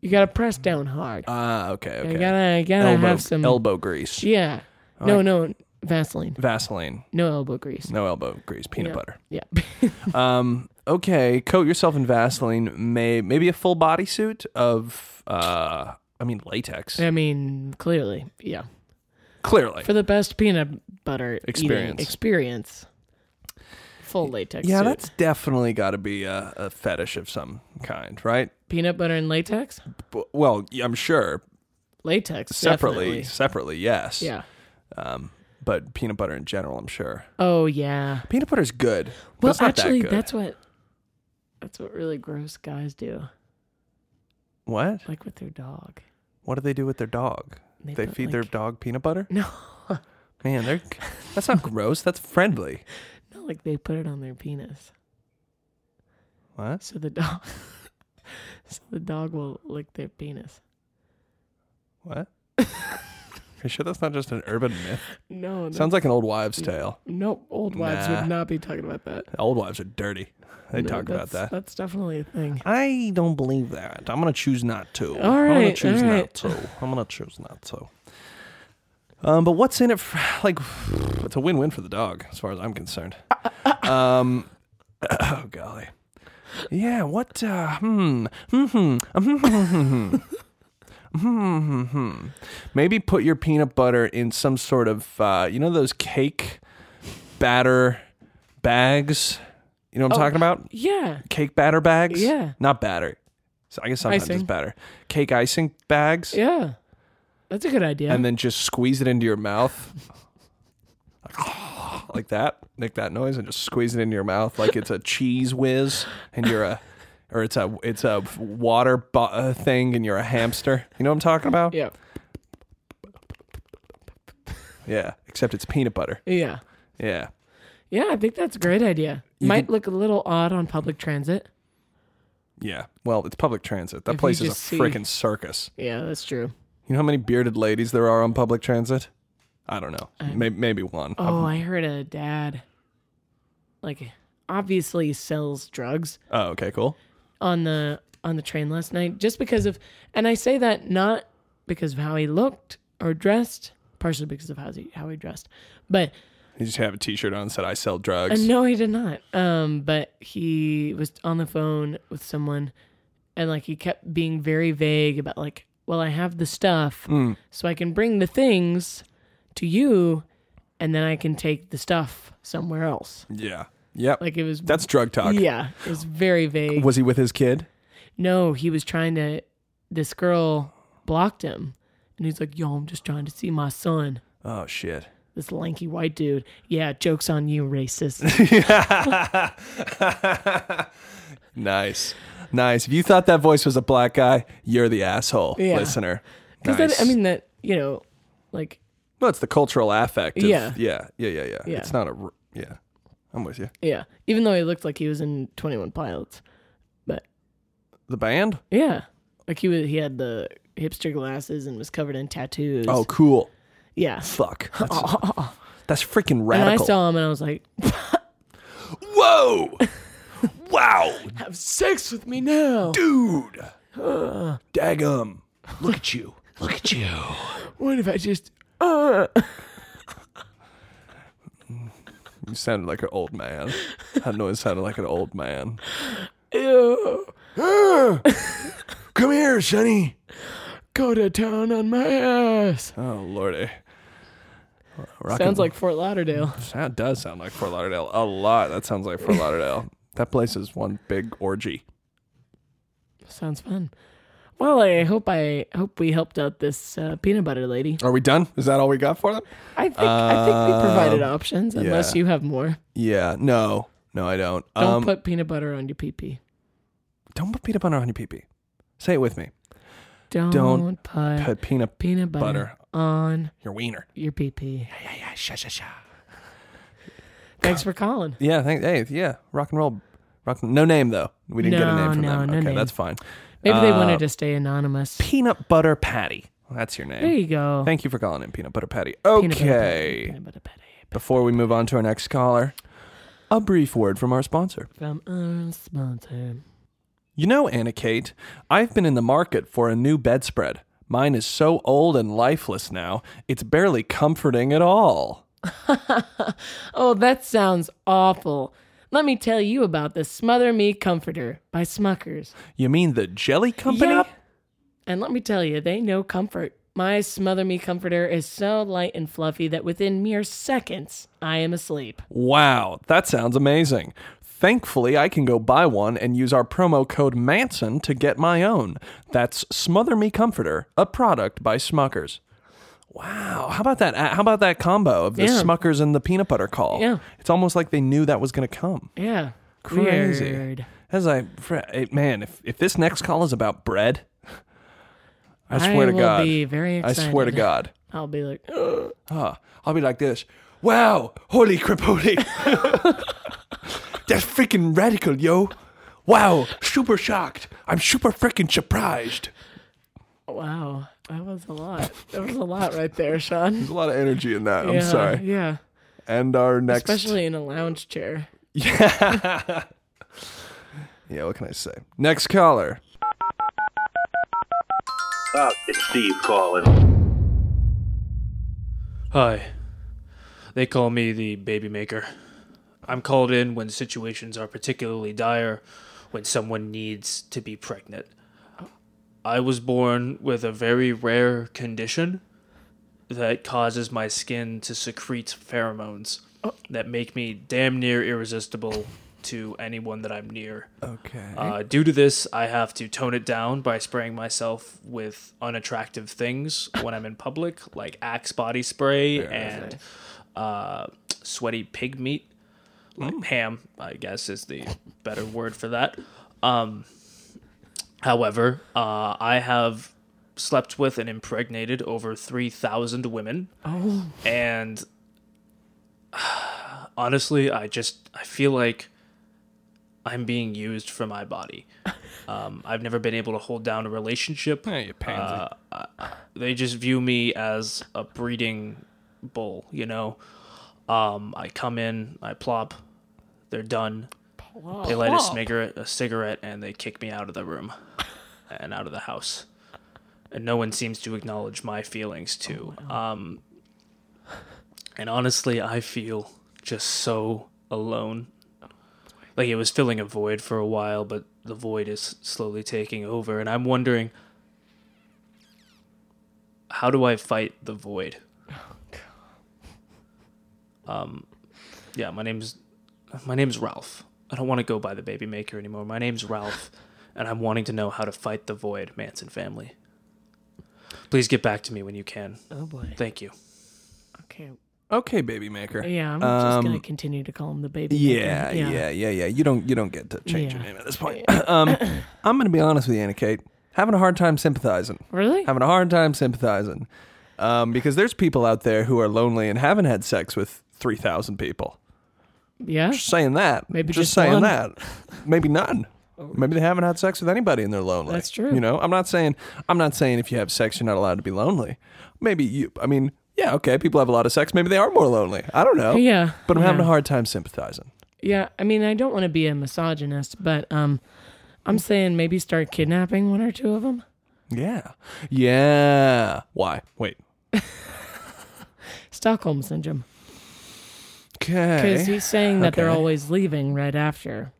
B: You gotta press down hard.
A: Ah, okay, okay.
B: You gotta, you gotta
A: elbow,
B: have some.
A: elbow grease,
B: Yeah. No, no Vaseline.
A: Vaseline,
B: No elbow grease.
A: no elbow grease, peanut
B: Yeah.
A: butter.
B: Yeah. (laughs)
A: Um, okay, coat yourself in Vaseline. May maybe a full bodysuit of uh, I mean latex.
B: I mean, clearly, yeah.
A: Clearly,
B: For the best peanut butter eating
A: Experience.
B: experience. Full latex.
A: yeah,
B: suit.
A: that's definitely got to be a, a fetish of some kind, right?
B: peanut butter and latex.
A: B- well, I'm sure
B: Latex
A: separately,
B: definitely.
A: separately, yes. Um,
B: Yeah.
A: but peanut butter in general, I'm sure.
B: Oh yeah.
A: Peanut butter's good. but
B: Well,
A: it's not
B: actually,
A: that good.
B: that's what That's what really gross guys do,
A: What?
B: like with their dog.
A: What do they do with their dog?
B: They
A: They,
B: put,
A: feed their
B: like-
A: dog peanut butter?
B: (laughs) No,
A: Man, they're that's not gross. That's friendly.
B: not like they put it on their penis.
A: What?
B: So the dog, (laughs) so the dog will lick their penis. (laughs)
A: What? Are you sure that's not just an urban myth?
B: No, no,
A: Sounds like an old wives' tale.
B: nope. Old wives
A: Nah.
B: would not be talking about that.
A: Old wives are dirty. They
B: No,
A: talk
B: that's-
A: about that.
B: That's definitely a thing.
A: I don't believe that. I'm gonna choose not to.
B: All
A: I'm gonna
B: right,
A: choose
B: all
A: not
B: right.
A: to. I'm gonna choose not to. Um, but what's in it? For, (laughs) like, it's a win-win for the dog, as far as I'm concerned. Um, (coughs) oh golly, yeah. What? Uh, hmm. Hmm. Hmm. Hmm. (laughs) Hmm. Hmm. hmm, hmm. Maybe put your peanut butter in some sort of, uh, you know, those cake batter bags. You know what I'm
B: Oh.
A: talking about?
B: Yeah.
A: cake batter bags.
B: Yeah.
A: not batter. So I guess sometimes it's
B: Icing.
A: batter. Cake icing bags,
B: Yeah. That's a good idea.
A: and then just squeeze it into your mouth, (sighs) like that. Make that noise and just squeeze it into your mouth like it's a cheese whiz, and you're a, or it's a it's a water bo- uh, thing, and you're a hamster. You know what
B: (laughs)
A: I'm talking about?
B: yeah.
A: Yeah. Except it's peanut butter.
B: Yeah.
A: Yeah.
B: Yeah, I think that's a great idea. Might look a little odd on public transit.
A: Yeah. Well, it's public transit. That
B: If you
A: place is a
B: just see-
A: freaking circus.
B: Yeah, that's true.
A: You know how many bearded ladies there are on public transit? I don't know. maybe, maybe one.
B: Oh, I heard a dad, like, obviously sells drugs
A: Oh, okay, cool.
B: on the on the train last night just because of, and I say that not because of how he looked or dressed, partially because of how he how he dressed, but
A: He just have a T-shirt on that said "I sell drugs."
B: And no, he did not. Um, but he was on the phone with someone, and like he kept being very vague about like, well, I have the stuff, so I can bring the things to you, and then I can take the stuff somewhere else.
A: Yeah, yep.
B: Like it was.
A: That's drug talk.
B: yeah, it was very vague.
A: Was he with his kid?
B: no, he was trying to. This girl blocked him, and he's like, "Yo, I'm just trying to see my son."
A: Oh shit. (laughs)
B: This lanky white dude. Yeah, jokes on you,
A: (laughs)
B: racist.
A: nice, nice. If you thought that voice was a black guy, you're the asshole,
B: Yeah.
A: listener.
B: Because
A: Nice.
B: that, I mean, that you know, like
A: well, it's the cultural affect. Of,
B: Yeah.
A: yeah, yeah, yeah, yeah,
B: Yeah.
A: It's not a. r- Yeah, I'm with you.
B: Yeah. Even though he looked like he was in Twenty One Pilots, but
A: The band.
B: yeah, like he was, he had the hipster glasses and was covered in tattoos.
A: Oh, cool.
B: yeah.
A: Fuck.
B: (laughs)
A: That's, that's freaking
B: And I
A: radical.
B: saw him and I was like, (laughs)
A: Whoa. wow,
B: "Have sex with me now, (sighs)
A: dude. Dagum. Look at you. Look at you.
B: What if I just?" Uh.
A: (laughs) You sounded like an old man. That noise sounded like an old (gasps) man.
B: Ew.
A: Come here, Sonny.
B: Go to town on my ass.
A: Oh, lordy. Rock
B: Sounds
A: and-
B: like Fort Lauderdale.
A: That does sound like Fort Lauderdale. A lot. That sounds like
B: (laughs)
A: Fort Lauderdale. that place is one big orgy.
B: Sounds fun. Well, I hope I hope we helped out this uh, peanut butter lady.
A: Are we done? Is that all we got for them?
B: I think I think we provided
A: Um,
B: options. Unless
A: yeah. Um,
B: you have more,
A: Yeah. No. No, I don't.
B: don't put peanut butter on your pee pee.
A: don't put peanut butter on your pee pee. Say it with me.
B: Don't,
A: Don't
B: put,
A: Put peanut
B: peanut butter,
A: butter.
B: on
A: your wiener.
B: your pee pee.
A: Yeah, yeah, sha, sha, sha.
B: Thanks for calling.
A: Yeah, thank hey, yeah. Rock and roll. Rock no name though. We didn't get a
B: No,
A: name from
B: no,
A: them.
B: no
A: okay,
B: name.
A: that's fine.
B: Maybe they
A: Uh,
B: wanted to stay anonymous.
A: Peanut Butter Patty. That's your name.
B: There you go.
A: Thank you for calling in Peanut Butter Patty.
B: Peanut butter patty,
A: Okay.
B: peanut butter patty.
A: Before we move on to our next caller, a brief word from our sponsor.
B: From our sponsor. (laughs)
A: You know, Anna Kate, I've been in the market for a new bedspread. Mine is so old and lifeless now, it's barely comforting at all.
B: Oh, that sounds awful. Let me tell you about the Smother Me Comforter by Smuckers.
A: You mean the jelly company?
B: Yeah. And let me tell you, they know comfort. My Smother Me Comforter is so light and fluffy that within mere seconds, I am asleep.
A: Wow, that sounds amazing. Thankfully, I can go buy one and use our promo code Manson to get my own. That's Smother Me Comforter, a product by Smuckers. Wow, how about that? How about that combo of the
B: Yeah.
A: Smuckers and the peanut butter call?
B: Yeah.
A: it's almost like they knew that was going to come.
B: Yeah.
A: Crazy.
B: Weird.
A: As I, fr- eh, man, if, if this next call is about bread, I swear to
B: will
A: God,
B: be very
A: I swear to
B: excited.
A: God,
B: I'll be like, "Oh, "Ugh."
A: huh, I'll be like this. Wow, holy crapoli. That's freaking radical, yo. Wow, super shocked. I'm super freaking surprised.
B: wow, that was a lot. That was a lot right there, Sean.
A: There's a lot of energy in that. (laughs) I'm
B: yeah,
A: sorry.
B: Yeah,
A: And our next.
B: especially in a lounge chair.
A: (laughs) Yeah. yeah, what can I say? Next caller.
F: Uh, it's Steve calling.
G: Hi. They call me the baby maker. I'm called in when situations are particularly dire, when someone needs to be pregnant. I was born with a very rare condition that causes my skin to secrete pheromones that make me damn near irresistible to anyone that I'm near.
A: Okay.
G: Uh, due to this, I have to tone it down by spraying myself with unattractive things when I'm in public, like Axe body spray and uh, sweaty pig meat, like ham. I guess is the better word for that. Um, however, uh, I have slept with and impregnated over three thousand women, and (sighs) honestly, I just I feel like I'm being used for
A: (laughs)
G: my body. Um, I've never been able to hold down a relationship. Uh,
A: Yeah, you pansy.
G: They just view me as a breeding bull, you know. Um, I come in, I plop, they're done. They light a cigarette, a cigarette, and they kick me out of the
A: (laughs)
G: room and out of the house. And no one seems to acknowledge my feelings too.
A: Oh,
G: Um, and honestly, I feel just so alone like it was filling a void for a while, but the void is slowly taking over, and I'm wondering how do I fight the void? Um, yeah, my name's my name's Ralph. I don't want to go by the baby maker anymore. My name's Ralph, and I'm wanting to know how to fight the void, Manson family. Please get back to me when you can.
B: Oh boy.
G: Thank you.
B: Okay.
A: Okay, baby maker. Um,
B: Yeah, I'm just gonna continue to call him the baby. maker.
A: Yeah, yeah, yeah, yeah, You don't you don't get to change your
B: Yeah.
A: name at this point. (clears throat) um, I'm gonna be honest with you, Anna Kate. Having a hard time sympathizing.
B: Really?
A: Having a hard time sympathizing. Um, because there's people out there who are lonely and haven't had sex with three thousand people.
B: yeah.
A: Just saying that.
B: Maybe just
A: saying
B: one. Oh.
A: that. Maybe none. Maybe they haven't had sex with anybody and they're lonely.
B: That's true.
A: You know, I'm not saying I'm not saying if you have sex you're not allowed to be lonely. Maybe you I mean, yeah, okay, people have a lot of sex, maybe they are more lonely. I don't know.
B: Yeah,
A: But I'm having a
B: yeah.
A: hard time sympathizing.
B: Yeah, I mean, I don't want to be a misogynist, but um, I'm saying maybe start kidnapping one or two of them.
A: Yeah. Yeah. Why? Wait.
B: Stockholm syndrome, because
A: Okay.
B: he's saying that they're
A: Okay.
B: always leaving right after.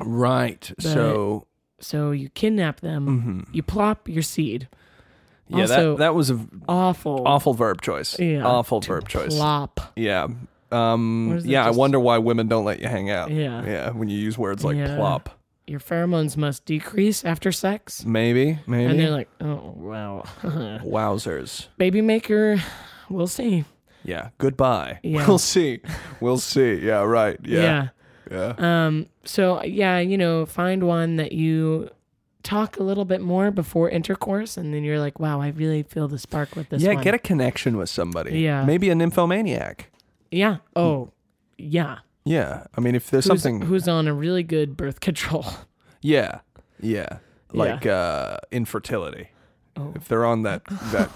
A: Right. So
B: So you kidnap them,
A: Mm-hmm.
B: you plop your seed.
A: yeah,
B: Also-
A: that that was a
B: Awful.
A: awful verb choice.
B: Yeah.
A: Awful
B: To
A: verb choice.
B: Plop.
A: Yeah. Um,
B: is it,
A: yeah, I
B: just-
A: wonder why women don't let you hang out.
B: Yeah.
A: Yeah, when you use words like
B: Yeah.
A: plop.
B: Your pheromones must decrease after sex.
A: Maybe, maybe.
B: And they're like, oh, wow.
A: Wowzers.
B: (laughs) Baby maker, we'll see.
A: Yeah. Goodbye.
B: Yeah.
A: We'll see. We'll see. Yeah, right. Yeah. Yeah.
B: Um, so yeah, you know, find one that you talk a little bit more before intercourse, and then you're like, wow, I really feel the spark with this.
A: yeah,
B: one.
A: get a connection with somebody.
B: Yeah.
A: Maybe a nymphomaniac.
B: Yeah. Oh, yeah.
A: Yeah. I mean, if there's
B: Who's,
A: Mm. something.
B: who's on a really good birth control? (laughs)
A: Yeah. Yeah. Like uh infertility.
B: Oh.
A: If they're on that that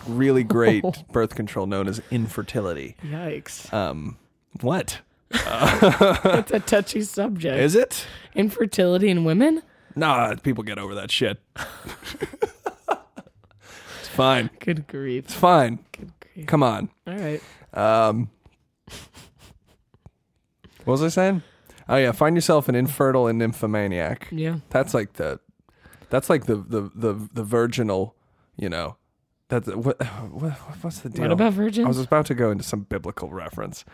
B: (laughs)
A: really great birth control known as infertility.
B: Yikes,
A: Um what?
B: that's a touchy subject.
A: Is it?
B: Infertility in women?
A: Nah, people get over that shit. (laughs) it's fine.
B: Good grief.
A: It's fine.
B: Good grief.
A: Come on.
B: All right.
A: Um What was I saying? Oh yeah, find yourself an infertile and nymphomaniac.
B: Yeah.
A: That's like the that's like the the the, the virginal, you know. That's what, what what's the deal?
B: What about
A: I was
B: virgins?
A: about to go into some biblical reference.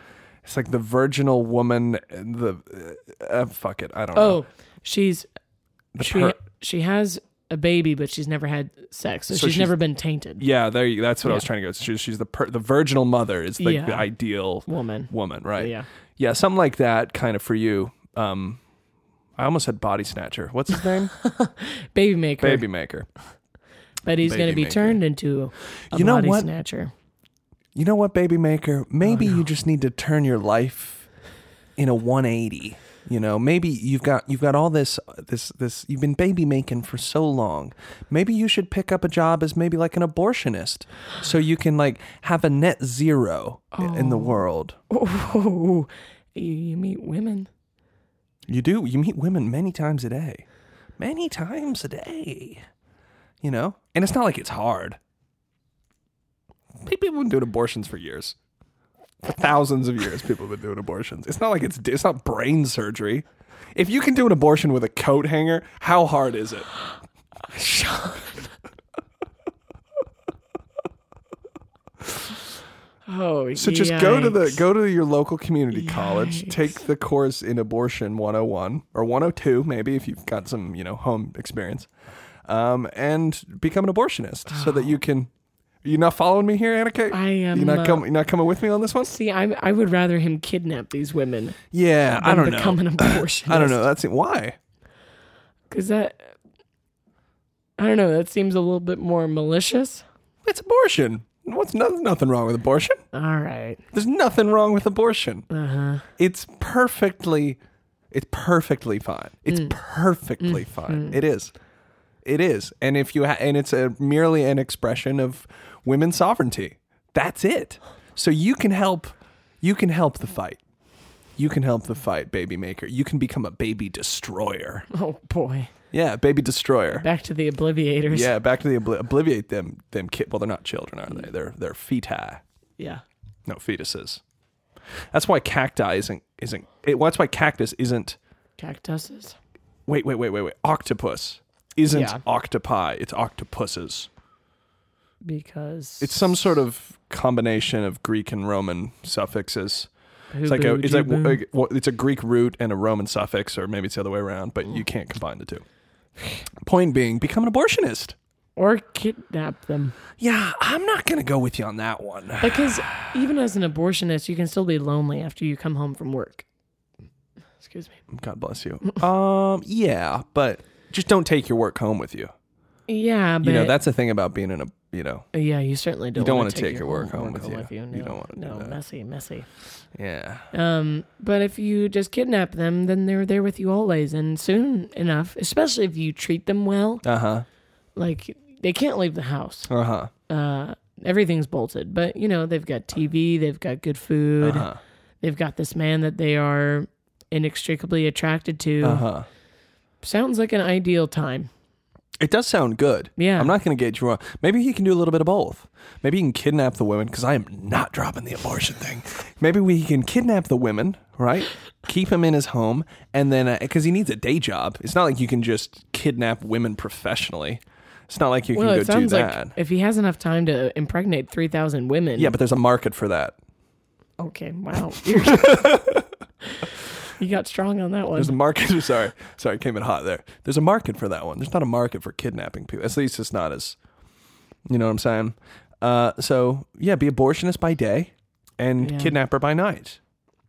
A: It's like the virginal woman and the uh, uh, fuck it, I don't know.
B: Oh, she's she
A: per-
B: she has a baby, but she's never had sex, so,
A: So
B: she's,
A: she's-
B: never been tainted.
A: Yeah, there you, that's what I was trying to go. She's, she's the per, the virginal mother is like the
B: Yeah.
A: ideal
B: Woman.
A: woman, right?
B: Yeah.
A: Yeah, something like that kind of for you. Um I almost said body snatcher. What's
B: (laughs)
A: his name?
B: Baby maker.
A: Baby maker.
B: but he's going to
A: baby
B: be
A: maker.
B: turned into a
A: You know
B: body
A: what? (laughs)
B: snatcher.
A: You know what, baby maker?
B: Oh,
A: Maybe you just need to turn your life in a 180. You know, maybe you've got you've got all this this this you've been baby making for so long. Maybe you should pick up a job as maybe like an abortionist so you can like have a net zero i- in the world.
B: Oh, you, you meet women.
A: You do. You meet women many times a day. Many times a day. You know? And it's not like it's hard. People have been doing abortions for years. For thousands of years, people have been doing abortions. It's not like it's it's not brain surgery. If you can do an abortion with a coat hanger, how hard is it?
B: Oh,
A: So just go to the
B: yikes.
A: go to your local community college, take the course in abortion 101 or 102 maybe if you've got some, you know, home experience. Um, and become an abortionist so that you can you not following me here, Anna Kate?
B: I am,
A: You not
B: uh,
A: coming? You not coming with me on this one?
B: See, I, I would rather him kidnap these women
A: Yeah, I
B: than
A: don't
B: become
A: know.
B: an abortionist.
A: (laughs) I don't know. That's it. Why?
B: Because that, I don't know, that seems a little bit more malicious.
A: It's abortion. What's no, nothing wrong with abortion?
B: All right. Uh-huh.
A: There's nothing wrong with abortion. It's perfectly, it's perfectly fine. It's
B: Mm.
A: perfectly fine. It is, it is. And if you ha- and it's a merely an expression of women's sovereignty. That's it. So you can help, you can help the fight. You can help the fight, baby maker. You can become a
B: (laughs)
A: baby destroyer.
B: Oh, boy.
A: Yeah, baby destroyer.
B: Back to the Obliviators.
A: Yeah, back to the obli- obliviate them them kid. Well, they're not children, are
B: Mm.
A: they? They're they're feti.
B: Yeah.
A: No, fetuses. That's why cacti isn't isn't. It, well, that's why cactus isn't.
B: Cactuses.
A: Wait, wait, wait, wait, wait. Octopus isn't
B: Yeah.
A: octopi. It's octopuses.
B: Because
A: It's some sort of combination of Greek and Roman suffixes. It's like a,
B: Hoo-boo,
A: it's like
B: jee-boo.
A: like, well, it's a Greek root and a Roman suffix, or maybe it's the other way around. But you can't combine the two. Point being, become an abortionist.
B: or kidnap them.
A: Yeah, I'm not gonna go with you on that one.
B: Because even as an abortionist, you can still be lonely after you come home from work. Excuse me.
A: God bless you. Um, yeah, but just don't take your work home with you.
B: Yeah, but
A: You know, that's the thing about being in a, you know,
B: yeah, you certainly don't.
A: You don't
B: wanna
A: wanna take your work home with you.
B: No,
A: You don't wanna do
B: no,
A: that.
B: messy, messy.
A: yeah.
B: Um, but if you just kidnap them, then they're there with you always, and soon enough, especially if you treat them well,
A: Uh huh.
B: like they can't leave the house.
A: Uh huh.
B: Uh, everything's bolted, but you know they've got TV, they've got good food,
A: Uh-huh.
B: they've got this man that they are inextricably attracted to.
A: Uh huh.
B: Sounds like an ideal time.
A: It does sound good.
B: Yeah.
A: I'm not going to get you wrong. Maybe he can do a little bit of both. Maybe he can kidnap the women because I am not dropping the abortion thing. Maybe we can kidnap the women, right? Keep him in his home, and then because he needs a day job, it's not like you can just kidnap women professionally. It's not like you
B: Well,
A: can
B: it
A: go do
B: sounds like
A: that.
B: if he has enough time to impregnate three thousand women,
A: yeah, but there's a market for that.
B: Okay, wow. (laughs) you got strong on that one.
A: There's a market. (laughs) Sorry, sorry, it came in hot there. There's a market for that one. There's not a market for kidnapping people. At least it's not as, you know what I'm saying. Uh, so yeah, be abortionist by day, and
B: Yeah.
A: kidnapper by night,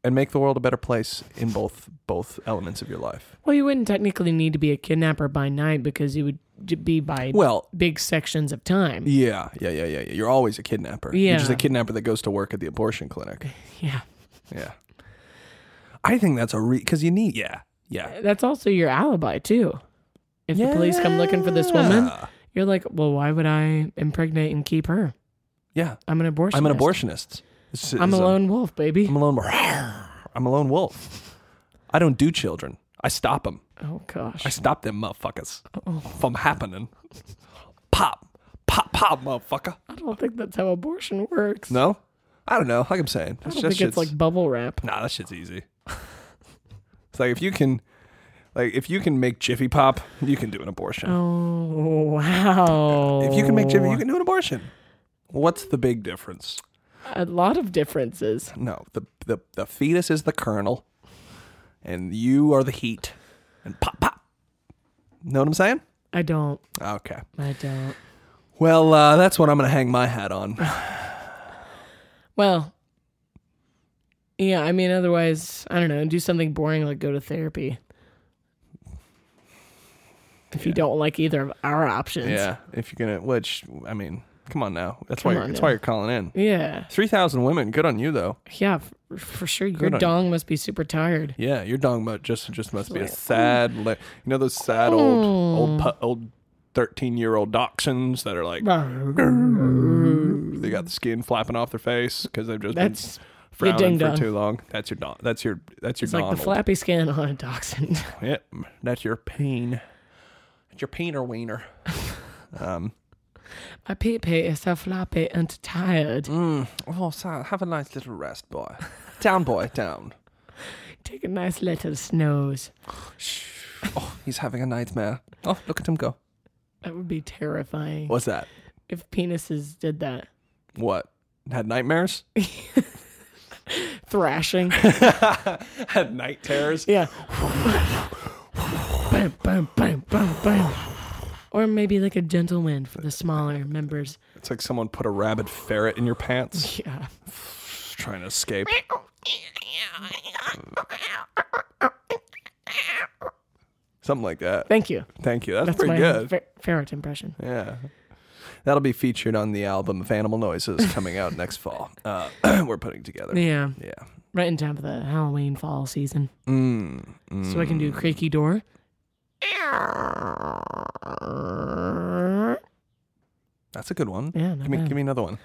A: and make the world a better place in both both elements of your life.
B: Well, you wouldn't technically need to be a kidnapper by night because you would j- be by
A: Well,
B: big sections of time.
A: yeah, yeah, yeah, yeah. yeah. You're always a kidnapper. You're just
B: Yeah.
A: a kidnapper that goes to work at the abortion clinic.
B: Yeah.
A: Yeah. I think that's a re because you need yeah yeah.
B: That's also your alibi, too. If the police come looking for this woman,
A: Yeah.
B: you're like, well, why would I impregnate and keep her?
A: Yeah,
B: I'm an abortionist.
A: I'm an abortionist. This
B: I'm
A: is
B: a
A: a-
B: lone wolf, baby.
A: I'm a lone. I'm a lone wolf. I don't do children. I stop them.
B: oh, gosh.
A: I stop them motherfuckers from happening. Pop, pop, pop, motherfucker.
B: I don't think that's how abortion works.
A: No, I don't know. Like I'm saying,
B: I don't think it's like bubble wrap.
A: nah. That shit's easy. it's like if you can, like if you can make Jiffy Pop, you can do an abortion.
B: Oh, wow.
A: If you can make
B: Oh.
A: Jiffy, you can do an abortion. What's the big difference?
B: A lot of differences.
A: No, the the the fetus is the kernel, and you are the heat, and pop, pop. Know what I'm saying?
B: I don't.
A: Okay.
B: I don't.
A: Well, uh, that's what I'm going to hang my
B: (laughs)
A: hat on.
B: Well, yeah, I mean, otherwise, I don't know, do something boring like go to therapy. if you don't like either of our options.
A: Yeah, (laughs) if you're gonna, which I mean, come on now. That's why.
B: Come
A: You're,
B: on
A: that's
B: now.
A: why you're calling in.
B: Yeah.
A: Three thousand women. Good on you though.
B: Yeah, for, for sure. Your
A: Good on you.
B: dong must be super tired.
A: Yeah, your dong must just just must be a sad, li- you know those sad old old
B: Hmm.
A: pu- old thirteen year old dachshunds that are like they got the skin flapping off their face because they've just
B: That's
A: been
B: your
A: frowning for
B: ding-dong.
A: too long. That's your dog. That's your that's your
B: It's like the
A: Donald.
B: flappy skin on a dachshund. (laughs)
A: Yep, that's your pain. That's your peener wiener.
B: My pee pee is so floppy and tired.
A: Oh, so have a nice little rest, boy. Down, boy, down.
B: Take a nice little snooze.
A: Oh, He's having a nightmare. Oh, look at him go.
B: That would be terrifying
A: What's that?
B: if penises did that.
A: What? Had nightmares?
B: Thrashing.
A: (laughs) Had night terrors?
B: Yeah. bam, bam, bam, bam, bam. Or maybe like a gentle wind for the smaller members.
A: It's like someone put a rabid ferret in your pants
B: Yeah.
A: trying
B: (laughs)
A: to escape. Something like that.
B: Thank you.
A: Thank you. That's,
B: That's my
A: pretty good.
B: fer- ferret impression.
A: yeah. That'll be featured on the album of Animal Noises coming out next fall. Uh, (clears throat) we're putting together.
B: Yeah.
A: Yeah.
B: Right in time for the Halloween fall season.
A: Mm.
B: So I can do creaky door.
A: That's a good one.
B: Yeah, not
A: Give me,
B: bad.
A: give me another one.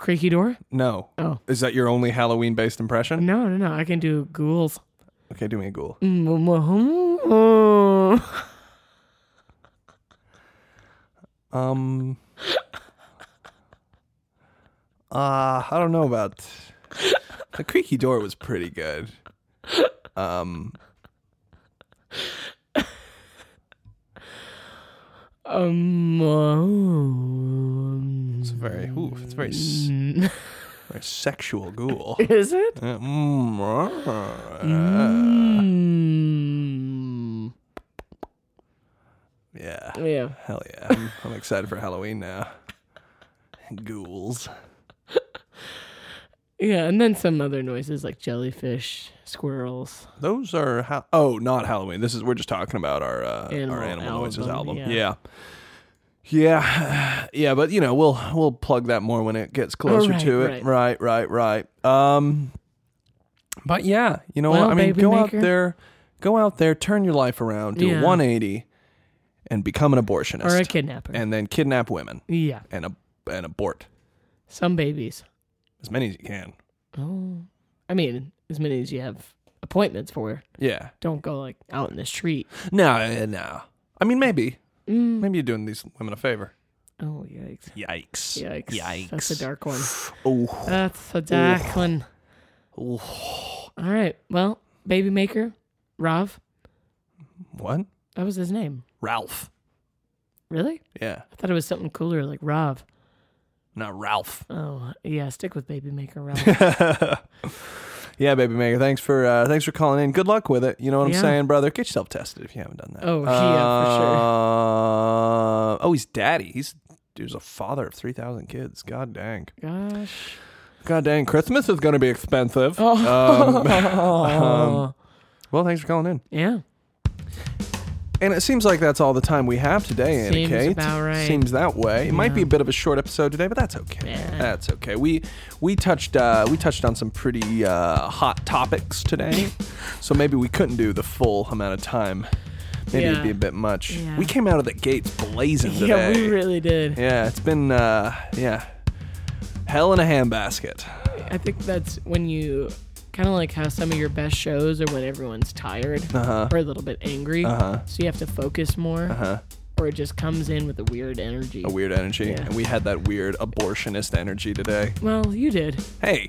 B: Creaky door?
A: No.
B: Oh.
A: Is that your only Halloween based impression?
B: No, no, no. I can do (laughs) ghouls.
A: Okay, do me a ghoul.
B: Creaky
A: Um. (laughs) Uh, I don't know about the creaky door was pretty good. Um, it's a very ooh, it's a very s- very sexual (laughs) ghoul.
B: Is it?
A: Uh, mm, uh,
B: Mm.
A: Yeah,
B: Yeah.
A: hell yeah! I'm, I'm excited for Halloween now. Ghouls.
B: Yeah, and then some other noises like jellyfish, squirrels.
A: Those are ha- oh, not Halloween. This is we're just talking about our uh,
B: Animal
A: our Animal Noises
B: album,
A: album. Yeah. yeah, yeah, But you know, we'll we'll plug that more when it gets closer
B: right,
A: to it. Right, right, right. Um, but yeah, you know
B: Well,
A: what? I mean,
B: baby
A: go
B: maker.
A: out there, go out there, turn your life around, do
B: Yeah.
A: a 180, and become an abortionist,
B: Or a kidnapper.
A: and then kidnap women
B: yeah.
A: and ab- and abort
B: Some babies.
A: as many as you can.
B: Oh. I mean, as many as you have appointments for.
A: Yeah.
B: Don't go like out in the street.
A: No, uh, no. I mean, maybe,
B: Mm.
A: maybe you're doing these women a favor.
B: Oh, yikes.
A: Yikes.
B: Yikes.
A: Yikes.
B: That's a dark
A: (sighs)
B: one.
A: Oh,
B: That's a dark one. All right. Well, Baby Maker, Rav,
A: what?
B: that was his name.
A: Ralph.
B: Really?
A: Yeah,
B: I thought it was something cooler like Rav.
A: not Ralph.
B: Oh, yeah. Stick with Baby Maker, Rav.
A: (laughs) Yeah, baby maker. Thanks for uh, thanks for calling in. Good luck with it. You know what
B: Yeah.
A: I'm saying, brother. Get yourself tested if you haven't done that.
B: Oh, yeah, for sure.
A: Uh, oh, he's daddy. He's dude's a father of three thousand kids. God dang.
B: Gosh.
A: God dang. Christmas is gonna be expensive.
B: Oh. (laughs)
A: Um, (laughs) um, well, thanks for calling in.
B: Yeah.
A: And it seems like that's all the time we have today, Anna
B: Seems
A: Kate.
B: about right.
A: Seems that way. It might be a bit of a short episode today, but that's okay. That's okay. We we touched uh, we touched on some pretty uh, hot topics
B: (laughs)
A: today, so maybe we couldn't do the full amount of time. Maybe it'd
B: Yeah.
A: be a bit much.
B: Yeah.
A: We came out of the gates blazing today.
B: Yeah, we really did.
A: Yeah, it's been uh, yeah, hell in a handbasket.
B: I think that's when you kind of like how some of your best shows are when everyone's tired
A: Uh-huh.
B: or a little bit angry. So you have to focus more. Or it just comes in with a weird energy.
A: A weird energy,
B: Yeah.
A: and we had that weird abortionist energy today.
B: well, you did.
A: Hey,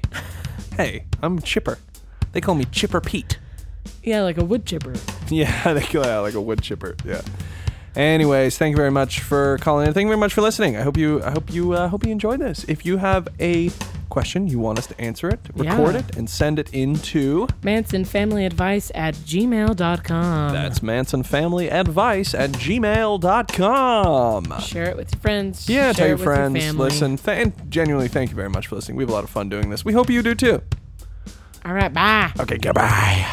A: hey, I'm Chipper. They call me Chipper Pete.
B: Yeah, like a wood chipper.
A: (laughs) Yeah, they kill out like a wood chipper. Yeah. Anyways, thank you very much for calling in. Thank you very much for listening. I hope you I hope you uh, hope you enjoyed this. If you have a question, you want us to answer it, record
B: Yeah.
A: it, and send it into
B: Manson Family Advice at gmail.com.
A: that's Manson Family Advice at gmail.com.
B: Share it with your friends.
A: Yeah,
B: share
A: tell
B: it
A: your
B: with
A: friends,
B: family.
A: listen, th- and genuinely thank you very much for listening. We have a lot of fun doing this. We hope you do too.
B: All right, bye.
A: Okay, goodbye.